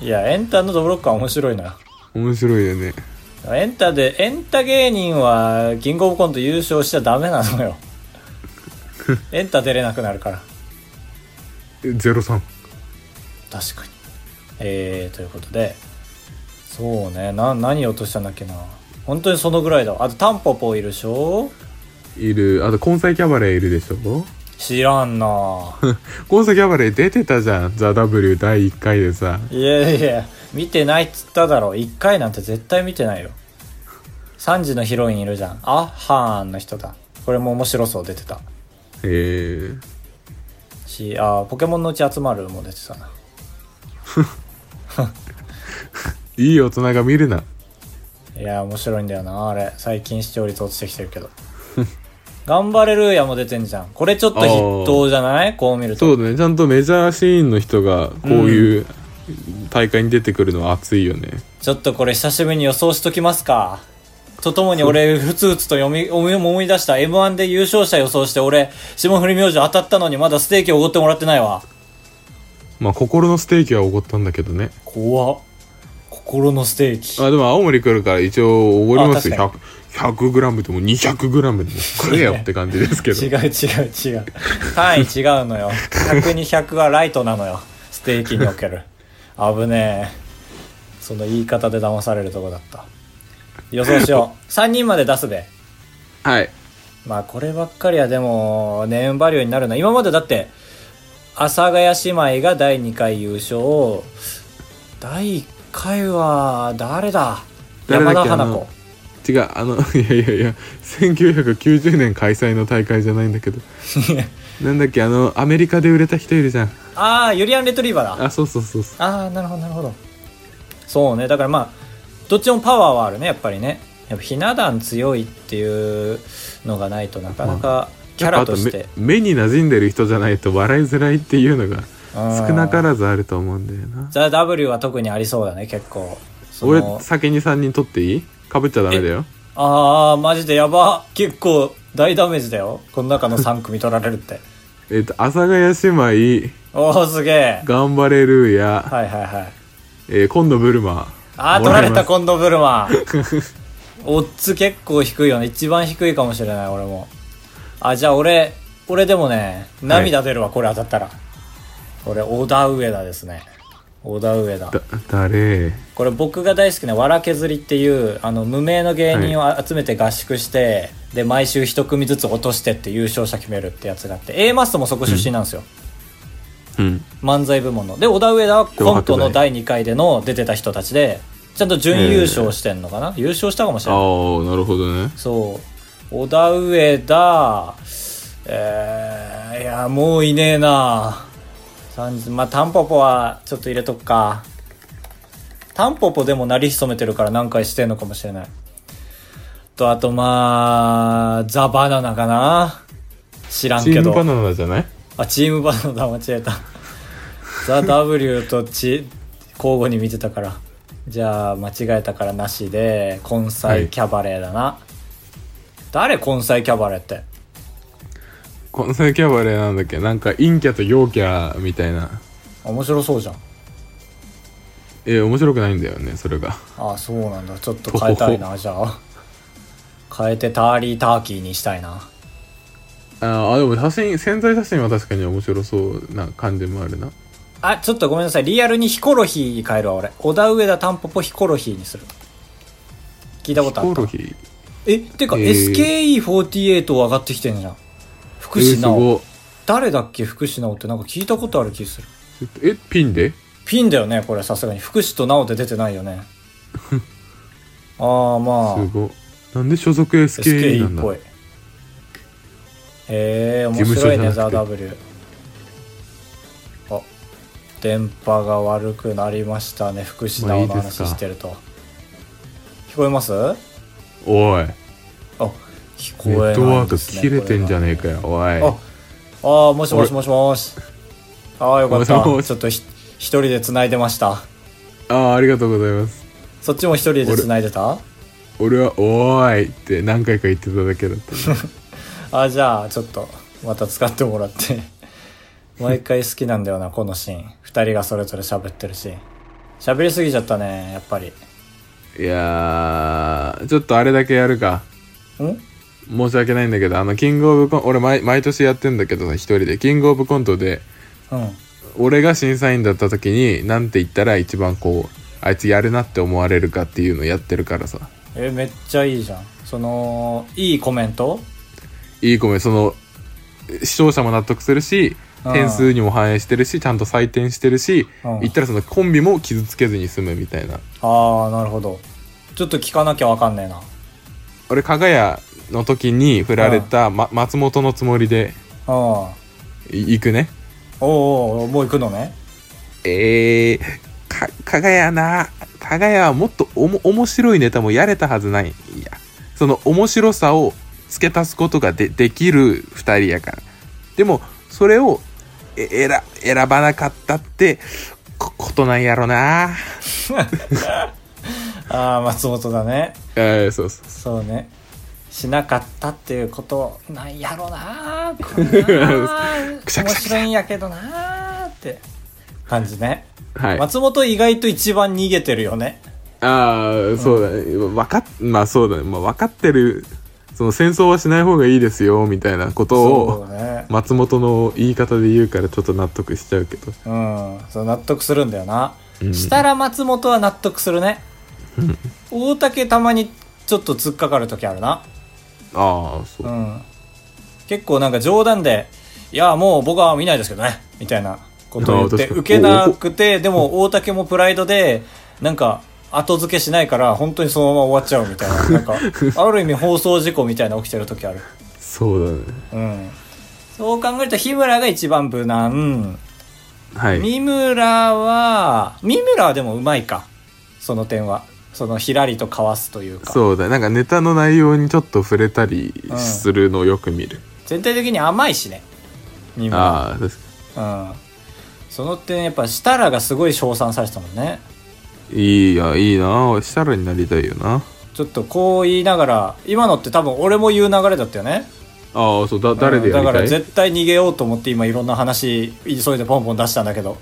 A: いや、エンタのドブロックは面白いな。
B: 面白いよね。
A: エンタで、エンタ芸人は、キングオブコント優勝しちゃダメなのよ。エンタ出れなくなるから。
B: 03。
A: 確かに。えー、ということで、そうね、な、何落としたんだっけな。本当にそのぐらいだわ。あと、タンポポいるでしょ
B: いる。あと、根菜キャバレーいるでしょ
A: 知らんな
B: 根菜キャバレー出てたじゃん。ザ・ W 第1回でさ。
A: いやいや、見てないっつっただろ。一回なんて絶対見てないよ。3時のヒロインいるじゃん。あはーんの人だ。これも面白そう出てた。
B: えー。
A: し、あーポケモンのうち集まるも出てたな。
B: いい大人が見るな。
A: いやー、面白いんだよな、あれ。最近視聴率落ちてきてるけど。 [laughs] 頑張れルーヤも出てんじゃん。これちょっと筆頭じゃないこう見ると。
B: そうだね。ちゃんとメジャーシーンの人が、こういう大会に出てくるのは熱いよね。
A: ちょっとこれ久しぶりに予想しときますか。とともに俺、ふつふつと読み、思い思い出した M1 で優勝者予想して俺、霜降り明星当たったのにまだステーキおごってもらってないわ。
B: まあ、心のステーキはおごったんだけどね。
A: 怖っ。心のステーキ。
B: あ、でも青森来るから一応おごりますよ。
A: あ
B: 100、100グラムでも200グラムでも食えよって感じですけ
A: [laughs]
B: ど
A: 違。う違う違う。単位違うのよ。100に100はライトなのよ。ステーキにおける。危ねえ。その言い方で騙されるとこだった。予想しよう。3人まで出すべ。
B: はい。
A: まあこればっかりはでもネームバリューになるな今までだって阿佐ヶ谷姉妹が第2回優勝第1回は誰だ
B: 誰だっ
A: 山
B: け
A: 田花子
B: 違う、あの、 [laughs] いやいやいや、1990年開催の大会じゃないんだ
A: [laughs]
B: けど。なんだっけ、あの、アメリカで売れた人いるじゃん。
A: ああユリアン・レトリーバーだ
B: あ、そうそうそうそう。
A: ああなるほどなるほどそうねだからまあどっちもパワーはあるねやっぱりねやっぱひな壇強いっていうのがないとなかなかキャラとして
B: やっぱあと目目に馴染んでる人じゃないと笑いづらいっていうのが少なからずあると思うんだよな。
A: ザ・ W は特にありそうだね結構その
B: 俺、先に3人取っていいかぶっちゃダメだよ。
A: ああマジでやば結構大ダメージだよこの中の3組取られるって
B: えっ、と、阿佐ヶ谷姉妹、
A: おおすげえ
B: 頑張れるーや、
A: はいはいはい
B: えー、今度ブルマ。
A: ああ取られた
B: もい
A: 今度ブルマオッズ結構低いよね一番低いかもしれない俺もあじゃあ俺俺でもね涙出るわ、これ当たったら俺小田上田ですね小田上田
B: ますだ、誰
A: これ僕が大好きな「わら削り」っていうあの無名の芸人を集めて合宿して、で毎週一組ずつ落としてって優勝者決めるってやつがあって A マストもそこ出身なんですよ、
B: うん。
A: 漫才部門ので小田上田はコントの第2回での出てた人たちでちゃんと準優勝してんのかな、優勝したかもしれ
B: ああ
A: ない、
B: なるほどね。
A: そう小田上田えー、いやもういねえな30まあタンポポはちょっと入れとくかタンポポでも鳴り潜めてるから何回してんのかもしれないとあとまあザ・バナナかな知らん
B: チ
A: け
B: ー
A: ど
B: ムバナナじゃない
A: あ、チームバナナ間違えた。ザ・ W とチ、交互に見てたから。じゃあ、間違えたからなしで、根
B: は
A: 菜
B: い
A: キャバレーだな。誰根菜キャバレーって。
B: このキャバレーなんだっけなんか陰キャと陽キャみたいな。
A: 面白そうじゃん。
B: えー面白くないんだよね、それが。
A: あそうなんだ。ちょっと変えたいな、じゃあ。変えてターリーターキーにしたいな。
B: あーあ、でも写真、潜在写真は確かに面白そうな感じもあるな。
A: あ、ちょっとごめんなさい。リアルにヒコロヒーに変えるわ、俺。小田上田タンポポヒコロヒーにする。聞いた
B: ヒ
A: ことあ
B: コ
A: った
B: ロヒー。
A: えってか、
B: えー
A: SKE48 上がってきてんじゃん
B: え
A: 福
B: ー、す
A: 士直
B: ご
A: 誰だっけ福士直ってなんか聞いたことある気する
B: え、ピンで
A: ピンだよねこれさすがに福士と直って出てないよ
B: [laughs]
A: ねああますあ
B: ごなんで所属 SKE な
A: SKE
B: ん
A: っ
B: だ
A: ぽいへえ面
B: 事務
A: 白
B: 所
A: い
B: じゃ
A: ね
B: なくて
A: ザ・ W あ電波が悪くなりましたね福士直の
B: まあいいです
A: 話
B: か
A: してると聞こえますあ
B: おい
A: 聞こ
B: ネ
A: えない
B: ットワーク
A: ですね
B: 切れてんじゃねえかよおい
A: あ、あーもしもしもしもし。ああ、よかった。
B: もしもし
A: ちょっとひ一人で繋いでました。
B: あーありがとうございます
A: そっちも一人で繋いでた
B: 俺は「おーい!」って何回か言ってただけだった
A: [laughs]
B: ね
A: あーじゃあ、ちょっと、また使ってもら
B: [laughs]
A: って。毎回好きなんだよな、このシーン。二人がそれぞれ喋ってるシーン。喋りすぎちゃったね、やっぱり。ん
B: いやー、ちょっとあれだけやるか。申し訳ないんだけど、あの、キングオブコン俺毎、毎年やってんだけどさ、一人で。キングオブコントで、
A: うん。
B: 俺が審査員だった時に、なんて言ったら一番こう、あいつやるなって思われるかっていうのやってるからさ。
A: え、めっちゃいいじゃん。その、いいコメント
B: いいコメント、その、視聴者も納得するし、
A: うん
B: 点数にも反映してるし、ちゃんと採点してるし、
A: うん
B: 言ったらそのコンビも傷つけずに済むみたいな。
A: ああ、なるほど。ちょっと聞かなきゃわかんねえな。
B: 俺、加賀屋の時に振られた、ま、松本のつもりで
A: うん。おう
B: い行くね。
A: おうおう、もう行くのね。
B: えー、か、かがやな。かがやはもっとおも、面白いネタもやれたはずない。いや、その面白さを付け足すことがで、できる二人やから。でも、それを、え、選、選ばなかったって、こ、ことなんやろな。
A: ああ、松本だね。
B: えー、そうそう。
A: そうね。しなかったっていうことなんやろなーこれなー
B: [laughs] くしゃくしゃくし
A: 面
B: ゃ
A: 白いんやけどなーって感じね、
B: はい。あ
A: 松本意外と一番逃げてるよね
B: あー、そうだね。わかっ、まあそうだね。まあわかってる、その戦争はしない方がいいですよ、みたいなこと
A: そう
B: を、
A: ね
B: 松本の言い方で言うからちょっと納得しちゃうけど。
A: うんそう納得するんだよな、
B: うん
A: したら松本は納得するね大竹たまにちょっと突っかかる時あるな
B: ああ、そうう。
A: ん結構なんか冗談で「いやもう僕は見ないですけどね」みたいなことを言っ
B: あ
A: て
B: ー確かに
A: 受けなくてでも大竹もプライドでなんか後付けしないから本当にそのまま終わっちゃうみたい
B: [laughs]
A: ななんかある意味放送事故みたいな起きてる時ある
B: そうだね。
A: うんそう考えると日村が一番無難
B: はい。
A: 三村は三村はでもうまいかその点はそのひらりとかわすというか
B: そうだね。なんかネタの内容にちょっと触れたり
A: うん
B: するのをよく見る。
A: 全体的に甘いしね三村
B: ああ、確か
A: うんその点やっぱ設楽がすごい称賛されてたもんね
B: に。いいや、いいな。シャラになりたいよな。
A: ちょっとこう言いながら今のって多分俺も言う流れだったよね
B: ああ、そう、だ、誰で
A: うん
B: や
A: だ
B: り
A: か
B: た
A: ら
B: い
A: 絶対逃げようと思って今いろんな話急いでポンポン出したんだけど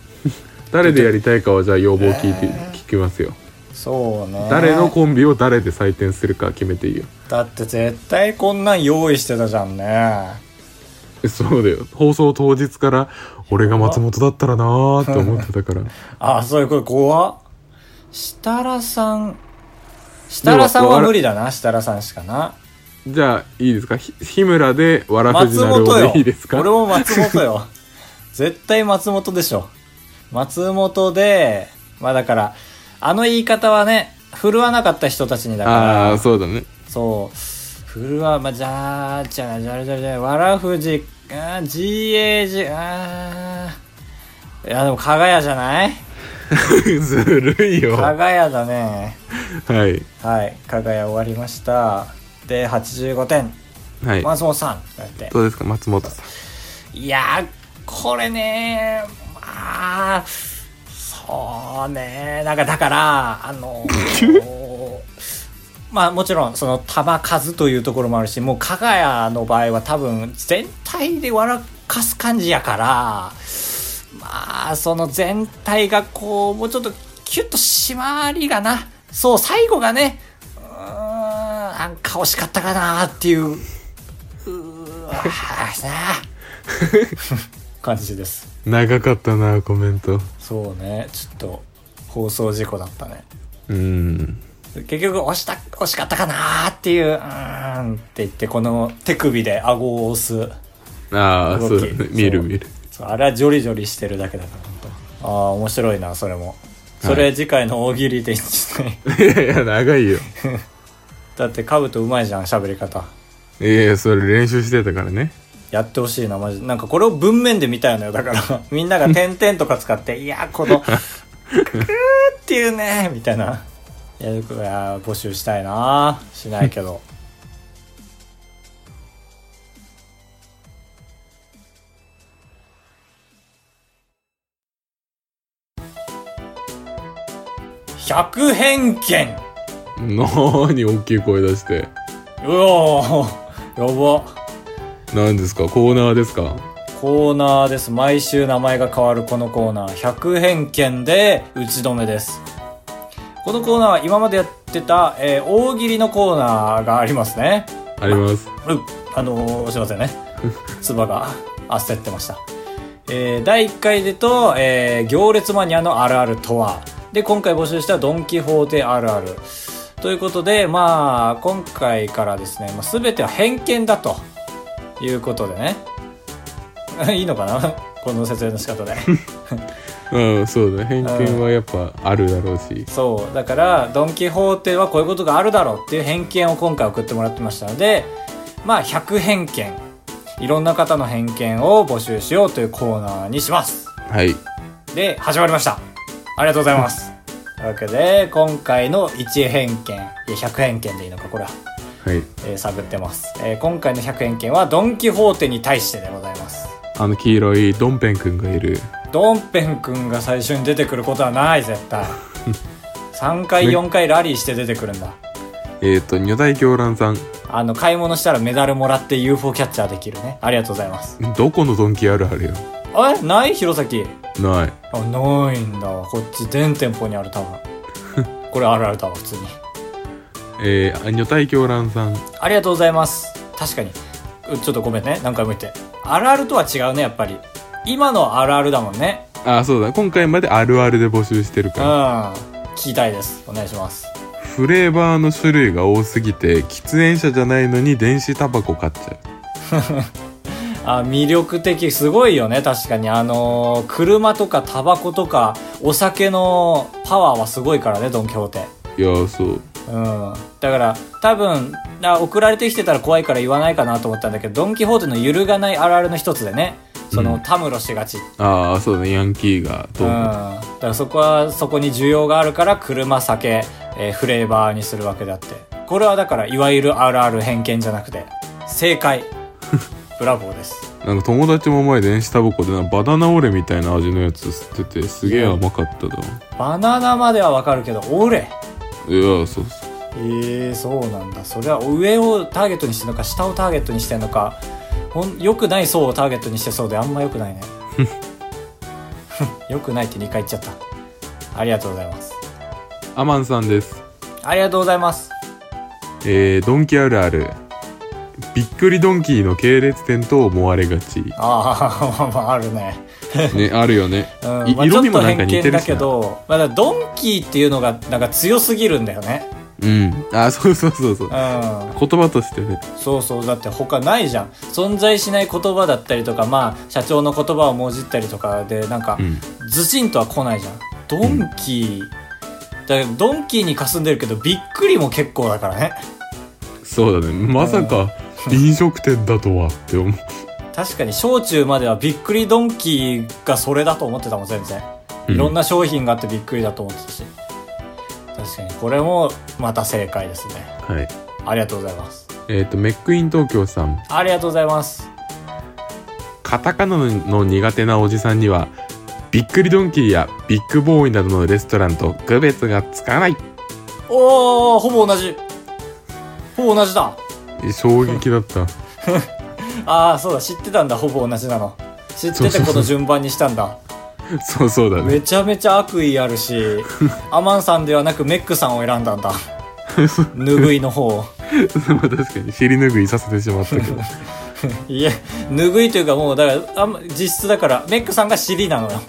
B: 誰でやりたいかはじゃあ要望聞いて、
A: えー
B: 聞きますよ。
A: そうね
B: 誰のコンビを誰で採点するか決めていいよ。
A: だって絶対こんなん用意してたじゃんね
B: [laughs] そうだよ。放送当日から、俺が松本だったらなーって思ってたから。
A: あそういうこと怖っ設楽さん設楽さんは無理だな設楽さんしかな
B: じゃあ、いいですかひ日村で、わ [laughs] らふじ
A: 松
B: なる
A: 本よ
B: でいいですか
A: 俺も松本
B: [laughs]
A: よ絶対松本でしょ松本でまあだからあの言い方はね振るわなかった人たちにだ
B: あ
A: か
B: あ、そう
A: [laughs]
B: だね。
A: らそう振るわまあじゃあじゃあじゃあじゃあじゃあわらふじあー GAG あーいやでも加賀屋じゃない
B: ずるいよ。
A: 加
B: は
A: 賀屋だね
B: い。
A: はい加賀屋終わりましたで85点
B: はい。
A: 松本さんだって
B: どうですか松本さん
A: いやー、これねまあ、そうねなんかだから、あのー [laughs] まあもちろん、その球数というところもあるし、もう加賀谷の場合は多分全体で笑かす感じやから、まあ、その全体がこう、もうちょっとキュッと締まりがな、そう、最後がね、うーん、なんか惜しかったかなっていう、うーわーなあ感じです
B: 長かったなコメント
A: そうねちょっと放送事故だったね
B: うん
A: 結局押した惜しかったかなーっていううーんって言ってこの手首で顎を押す
B: ああそ
A: 動
B: う
A: き
B: だね
A: そう
B: 見る見る [laughs]
A: そうあれはジョリジョリしてるだけだから本当ああ面白いなそれもそれ次回の大喜利でいいんじゃない
B: いやいや長いよ
A: [laughs] だってカブトうまいじゃん喋り方
B: いやいやそれ練習してたからね
A: やってほしいなマジでなんかこれを文面で見たいのよだから [laughs] みんなが点々とか使って「いやーこのクーっていうね」みたいな。いやいや募集したいなしないけど [laughs] 100偏見
B: なーに大きい声出して
A: うおーやば
B: 何ですかコーナーですか
A: コーナーです毎週名前が変わるこのコーナー100偏見で打ち止めですこのコーナーは今までやってた、えー大喜利のコーナーがありますね
B: あります。
A: うんあのーすいませんね唾が焦ってました、えー第1回でと、えー行列マニアのあるあるとは」で今回募集した「ドン・キホーテあるある」ということでまあ今回からですね、まあ、全ては偏見だということでね [laughs] いいのかな [laughs] この説明の仕方で
B: うん、そうだね。偏見はやっぱあるだろうし。
A: そうだからドン・キホーテはこういうことがあるだろうっていう偏見を今回送ってもらってましたのでまあ100偏見いろんな方の偏見を募集しようというコーナーにします
B: はい。
A: で始まりましたありがとうございますというわけで今回の1偏見いや100偏見でいいのかこれは、
B: はい。
A: えー探ってます、えー今回の100偏見はドン・キホーテに対してでございます
B: あの黄色いドンペンくんがいる。
A: ドンペン君が最初に出てくることはない絶対3回
B: ね
A: 4回ラリーして出てくるんだ
B: えっ、ー、と、女大狂乱さん。
A: あの、買い物したらメダルもらって UFO キャッチャーできるね。ありがとうございます。
B: どこのドンキあるあるよ。
A: えない弘前。
B: ない。
A: あ、ないんだ。こっち全店舗にある多分。 [laughs] これあるある多分、普通に。
B: えー、あ女大狂乱さん。
A: ありがとうございます。確かに。うちょっとごめんね。何回も言って。あるあるとは違うね、やっぱり。今のあるあるだもんね。
B: あ、そうだ。今回まであるあるで募集してる
A: うん。
B: か
A: 聞きたいです。お願いします。
B: ら。フレーバーの種類が多すぎて、喫煙者じゃないのに電子タバコ買っちゃう。
A: あ魅力的すごいよね確かにあのー車とかタバコとかお酒のパワーはすごいからねドン・キホーテ
B: いやーそう
A: うん、だから多分あ送られてきてたら怖いから言わないかなと思ったんだけどドン・キホーテの揺るがないあるあるの一つでねその、
B: うん
A: たむろしがち、うん、
B: ああそうだねヤンキーがどう
A: だからそこはそこに需要があるから車酒、えーフレーバーにするわけだってこれはだからいわゆるあるある偏見じゃなくて正
B: [laughs]
A: 解ブラボーです
B: なんか友達も前電子タバコでなんかバナナオレみたいな味のやつ吸っててすげえ甘かっただい
A: バナナまではわかるけどオレ
B: やーそうそう
A: えー、そうなんだそれは上をターゲットにしてるのか下をターゲットにしてるのかほんよくない層をターゲットにしてそうであんまよく
B: [laughs]
A: ないねよくないって2回言っちゃったありがとうございます
B: アマンさんです
A: ありがとうございます
B: えー、ドンキあるあるびっくりドンキーの系列店と思われがちね
A: ああまああるね、
B: あるよね
A: うん
B: い
A: まあ、ち
B: 色
A: ょ
B: 味
A: っ
B: も
A: と
B: なんか
A: 偏
B: 似てるしな
A: 見だけど、まあ、だからドンキーっていうのがなんか強すぎるんだよね
B: うんあーそうそうそうそう
A: う
B: 言
A: ん
B: 葉としてね
A: そうそうだって他ないじゃん存在しない言葉だったりとかまあ社長の言葉をもじったりとかでなんか、
B: うん
A: ずちんとは来ないじゃんドンキー、だからドンキーにかすんでるけどびっくりも結構だからね
B: そうだねまさか飲食店だとはって思う
A: 確かに小中まではびっくりドンキーがそれだと思ってたもん全然
B: うん
A: いろんな商品があってびっくりだと思ってたし、確かにこれもまた正解ですね
B: はい
A: ありがとうございます
B: えっ、とメックイン東京さん
A: ありがとうございます
B: カタカナの苦手なおじさんにはビックリドンキーやビッグボーイなどのレストランと区別がつかない
A: おおほぼ同じほぼ同じだ
B: 衝撃だった [laughs]
A: ああそうだ知ってたんだほぼ同じなの知っててこの順番にしたんだ
B: そうそうだね
A: めちゃめちゃ悪意あるしアマンさんではなくメックさんを選んだんだ拭いの方を
B: [laughs] まあ確かに尻拭いさせてしまったけど
A: いえ拭いというかもうだからあんま実質だからメックさんが尻なのよ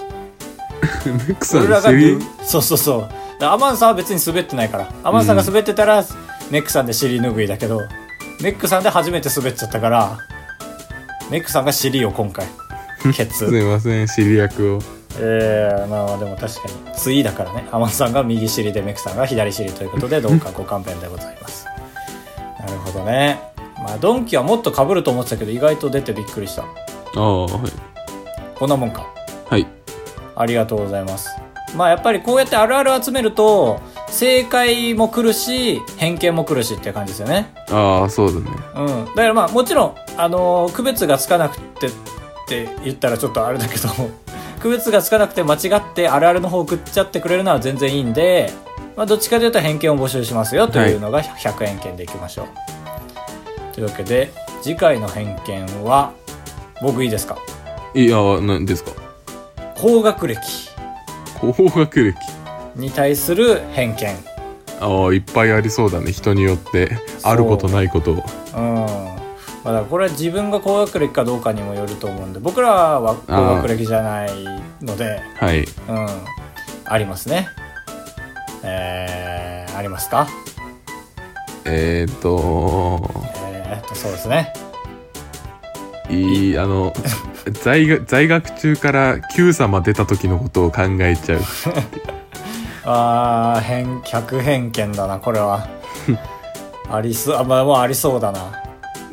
B: メックさん
A: 俺らが
B: 尻
A: そうそうそうだからアマンさんは別に滑ってないからアマンさんが滑ってたら、メックさんで尻拭いだけどメックさんで初めて滑っちゃったからメックさんが尻を今回ケ
B: [laughs] す
A: ツ
B: いません尻役を
A: ええまあでも確かにツイだからねアマンさんが右尻でメックさんが左尻ということでどうかご勘弁でございますなるほどねまあドンキはもっと被ると思ってたけど意外と出てびっくりした
B: ああはい、
A: こんなもんか
B: はい、
A: ありがとうございますまあやっぱりこうやってあるある集めると正解も来るし偏見も来るしっていう感じですよね
B: ああそうだね
A: うんだからまあもちろんあのー区別がつかなくてって言ったらちょっとあれだけど [laughs] 区別がつかなくて間違ってあるあるの方送っちゃってくれるのは全然いいんで、まあ、どっちかというと偏見を募集しますよというのが100円券でいきましょう、というわけで次回の偏見は僕いいですか
B: いや何ですか
A: 高学歴
B: 高学歴
A: に対する偏見。
B: ああいっぱいありそうだね人によって
A: そう
B: あることないことを
A: うん。まあ、だからこれは自分が高学歴かどうかにもよると思うんで、僕らは高学歴じゃないので、
B: は
A: う
B: い
A: ん。ありますね。えー、ありますか
B: えー、っと
A: えーっと、そうですね。
B: いい
A: [laughs]
B: あの在学在学中から「Q 様」出た時のことを考えち
A: [laughs]
B: ゃう
A: あー、偏、客偏見だな、これは。 [laughs] ありそう、あ、まあ、もうありそうだな。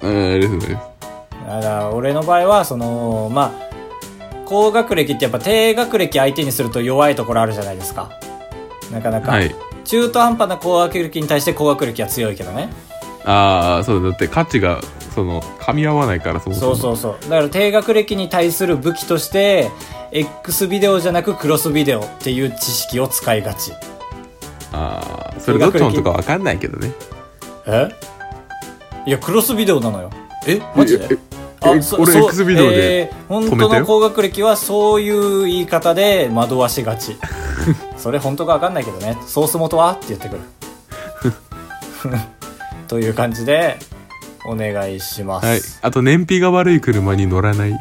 B: うんあれですね
A: だから俺の場合はそのまあ高学歴ってやっぱ低学歴相手にすると弱いところあるじゃないですかなかなか、
B: はい
A: 中途半端な高学歴に対して高学歴は強いけどね
B: ああそうだだって価値がその噛み合わないからそもそ
A: そ
B: も
A: うそうそうだから低学歴に対する武器として X ビデオじゃなくクロスビデオっていう知識を使いがち
B: ああそれどっちもとかわかんないけどね
A: えいやクロスビデオなのよ
B: え
A: マジで
B: ええ俺 X ビデオで、
A: えー本当の高学歴はそういう言い方で惑わしが
B: [laughs]
A: ちそれ本当か分かんないけどねソース元はって言ってくる [laughs] という感じでお願いします、
B: はい、あと燃費が悪い車に乗らないん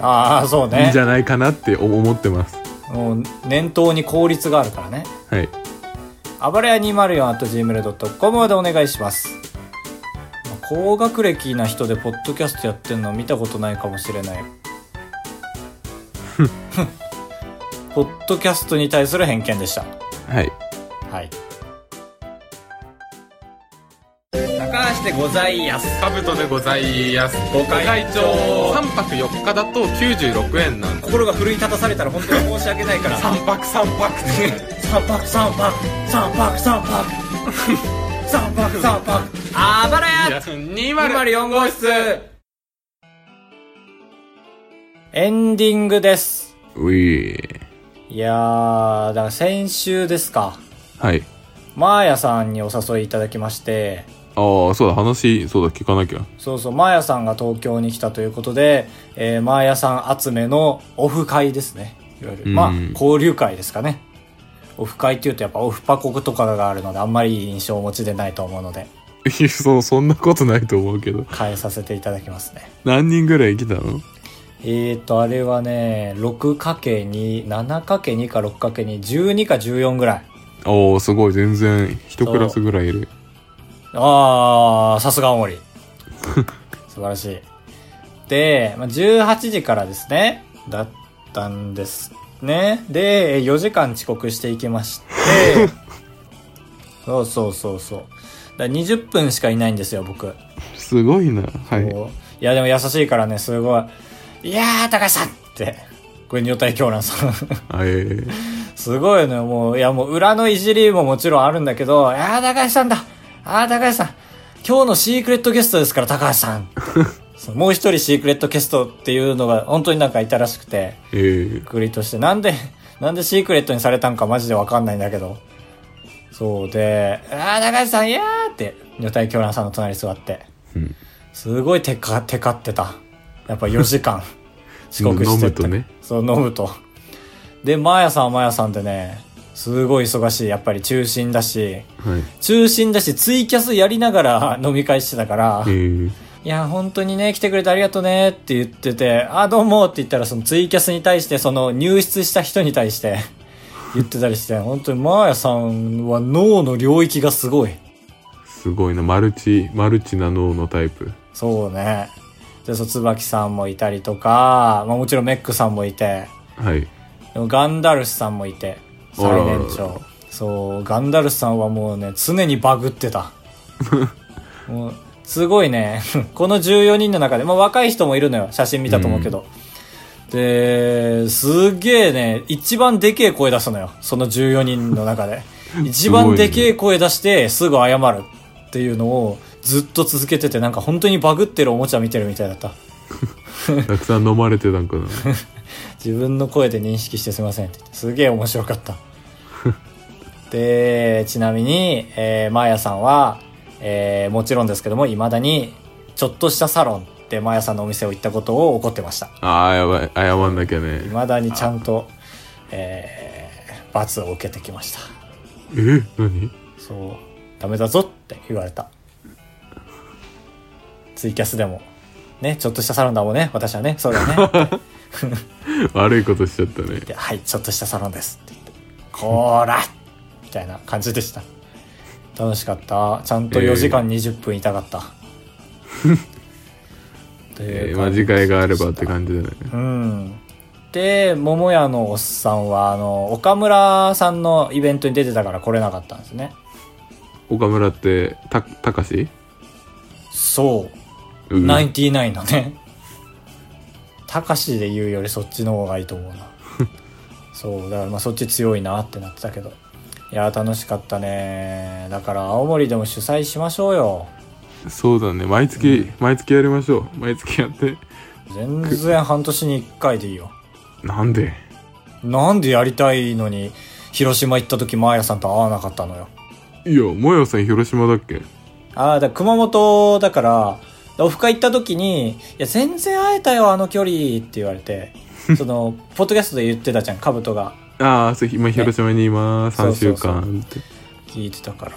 A: ああそうね
B: じゃないかなって思ってます
A: もう念頭に効率があるからね
B: はい
A: 暴れ屋 204.gmail.com までお願いしますまあ高学歴な人でポッドキャストやってんの見たことないかもしれない [laughs] ポッドキャストに対する偏見でした
B: はい
A: はい高橋でございやす
B: カブトでございますご
A: 会長
B: 3泊4日だと96円なん
A: 心が奮い立たされたら本当に申し訳ないから
B: 3泊3泊
A: 三泊三泊三泊三泊
B: [laughs]
A: 三泊三泊あばれや204号室エンディングです。
B: ういー
A: いやー、だから先週ですか。
B: はい
A: マーヤさんにお誘いいただきまして、
B: ああそうだ話そうだ聞かなきゃ [laughs]
A: そうそう、マーヤさんが東京に来たということで、えー、マーヤさん集めのオフ会ですね。いわゆる。まあ
B: うん、
A: 交流会ですかね。オフ会っていうとやっぱオフパコとかがあるので、あんまりいい印象をお持ちでないと思うので、
B: いやそうそんなことないと思うけど
A: 変えさせていただきますね。
B: 何人ぐらい来たの
A: えーと、あれはね、6×2、7×2 か 6×2、12か14ぐらい。
B: おおすごい全然一クラスぐらいいる
A: あー、さすが大森。 [laughs] 素晴らしい。で、まあ18時からですね、だったんですね。で、4時間遅刻していきまして、そうそうそうそう。だから20分しかいないんですよ、僕。
B: すごいなはい
A: こういや、でも優しいからね、すごい。いやー、高橋さんって、これ、女体狂乱さん。
B: あえー
A: すごいよね。もう、いや、もう裏のいじりももちろんあるんだけど、ああ、高橋さんだああ、高橋さん今日のシークレットゲストですから、高橋さんそうもう一人シークレットゲストっていうのが本当になんかいたらしくて、
B: えー
A: クリとして、なんで、 [laughs] なんでシークレットにされたんかマジでわかんないんだけど。そうで、ああ、高橋さん、いやーって、女体狂乱さんの隣に座って。
B: うん
A: すごいテカ、テカってた。やっぱ4時
B: [laughs]
A: 間遅刻してって。
B: 飲むとね
A: そう、飲むと。で、マーヤさんはマーヤさんでね、すごい忙しい。やっぱり中心だし、
B: はい
A: 中心だし、ツイキャスやりながら飲み会してたから
B: え、ー
A: いや、本当にね、来てくれてありがとうねって言ってて、あ、どうもって言ったら、そのツイキャスに対して、その入室した人に対して、 [laughs] 言ってたりして、本当にマーヤさんは脳の領域がすごい。
B: すごいなマルチマルチな脳のタイプ
A: そうね。で、そう、椿さんもいたりとか、まあもちろんメックさんもいて、
B: [laughs] はい
A: でもガンダルスさんもいて、
B: あらあら
A: 最年長。そう、ガンダルスさんはもうね、常にバグってた。もう、すごいね、 [laughs] この14人の中で、まあ若い人もいるのよ、写真見たと思うけど。で、すげえね、一番でけえ声出すのよ、その14人の中で。一番でけえ声出して、すぐ謝るっていうのをずっと続けてて、なんか本当にバグってるおもちゃ見てるみたいだった。
B: たくさん飲まれてたんかな
A: 自分の声で認識してすいませんって言ってすげえ面白かったでちなみに、えー、マーヤさんは、えーもちろんですけどもいまだにちょっとしたサロンってマーヤさんのお店を行ったことを怒ってました
B: ああやばい謝んなきゃね
A: いまだにちゃんと、えー罰を受けてきました
B: え何 [laughs]
A: そうダメだぞって言われたツイキャスでもねちょっとしたサロンだもんね私はねそうだよね
B: 悪いことしちゃったね
A: ではいちょっとしたサロンですって言ってこーらみたいな感じでした楽しかったちゃんと4時間20分いたかった、とい
B: [laughs] え
A: う
B: ーまあ
A: 感じ
B: 次
A: でした
B: 回があればって感じだね
A: うん。で、桃屋のおっさんは、あの、岡村さんのイベントに出てたから来れなかったんですね。
B: 岡村ってたたかし
A: そう。
B: うん
A: ナインティナインのね。たかしで言うよりそっちの方がいいと思うな。そう、だからまあそっち強いなってなってたけど。いやー、楽しかったね。だから青森でも主催しましょうよ。
B: そうだね毎月、毎月やりましょう毎月やって
A: 全然半年に1回でいいよ。
B: なんで
A: なんでやりたいのに、広島行った時マーヤさんと会わなかったのよ。
B: いやもやさん広島だっけ
A: ああ、だから熊本だから、オフ会行った時に、いや、全然会えたよ、あの距離って言われて、その、ポッドキャストで言ってたじゃん、カブトが
B: ああそう今広島にいます、
A: ね
B: 3週間って
A: 聞いてたから。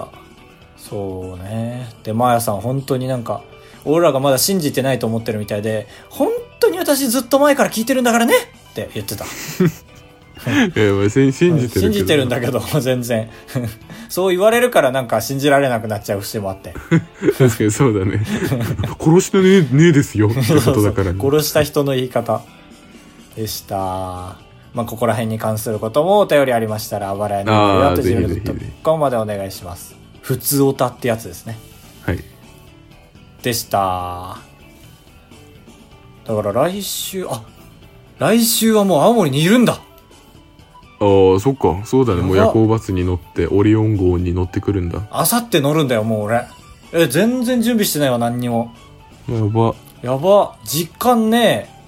A: そうね。で、マーヤさん、本当になんか、俺らがまだ信じてないと思ってるみたいで、本当に私ずっと前から聞いてるんだからねって言ってた。
B: [laughs] いやまあ信信じてるけど
A: 信じてるんだけど、全然。 [laughs] そう言われるからなんか信じられなくなっちゃう節もあって。
B: [laughs] 確かにそうだね [laughs] 殺してねえねえですよってことだから
A: そう
B: ね
A: [laughs] そう殺した人の言い方でしたまあここら辺に関することもお便りありましたらあばらやの
B: あー
A: とじ
B: ぜひ
A: め
B: ぜひ
A: る .com までお願いします普通オタってやつですね
B: はい
A: でしただから来週あ来週はもう青森にいるんだ
B: ああそっかそうだねもう
A: やば
B: 夜行バスに乗ってオリオン号に乗ってくるんだ
A: あさって乗るんだよもう俺え全然準備してないわ何にも
B: やば
A: やば実感ねえ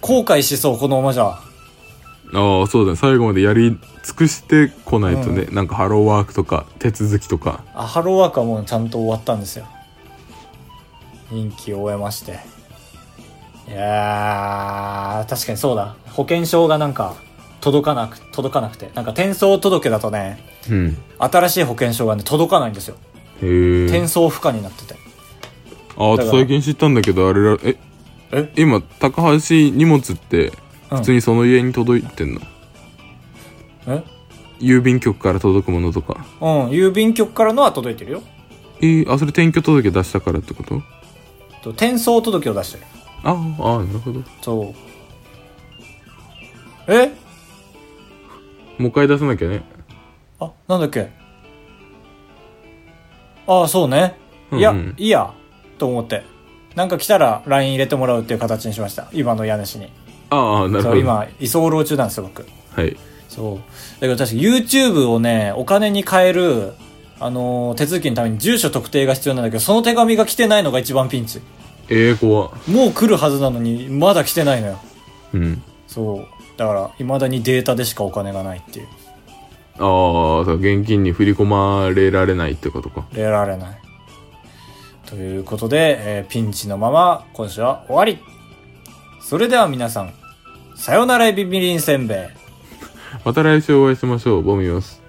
A: 後悔しそうこのままじゃ
B: ああそうだね最後までやり尽くしてこないとね、なんかハローワークとか手続きとか
A: あハローワークはもうちゃんと終わったんですよ任期を終えましていやー確かにそうだ保険証がなんか届かなく届かなくてなんか転送届だとね
B: うんへ
A: 新しい保険証がね届かないんですよ
B: え
A: 転送不可になってて
B: ああ
A: だから
B: 最近知ったんだけどあれらえ
A: え
B: 今高橋荷物って
A: うん
B: 普通にその家に届いてんの、
A: え
B: 郵便局から届くものとか
A: うん郵便局からのは届いてるよ
B: えー、あそれ転居届出したからってこと
A: と転送届を出してる
B: あーあーなるほども
A: そうえ
B: う一回出さなきゃね
A: あなんだっけああそうねい
B: うん
A: や
B: うん
A: いいやと思ってなんか来たら LINE 入れてもらうっていう形にしました今の家主に
B: ああなるほ
A: そう
B: ど
A: 今居候中なんですよ僕
B: はい
A: そうだけど確か YouTube をねお金に変えるあのー手続きのために住所特定が必要なんだけどその手紙が来てないのが一番ピンチ
B: ええー、怖っ
A: もう来るはずなのにまだ来てないのよ
B: うん
A: そうだから未だにデータでしかお金がないっていう
B: ああそう現金に振り込まれられないってことか
A: 得られないということで、えーピンチのまま今週は終わりそれでは皆さんさよならエビみりんせんべい
B: また来週お会いしましょうボミオス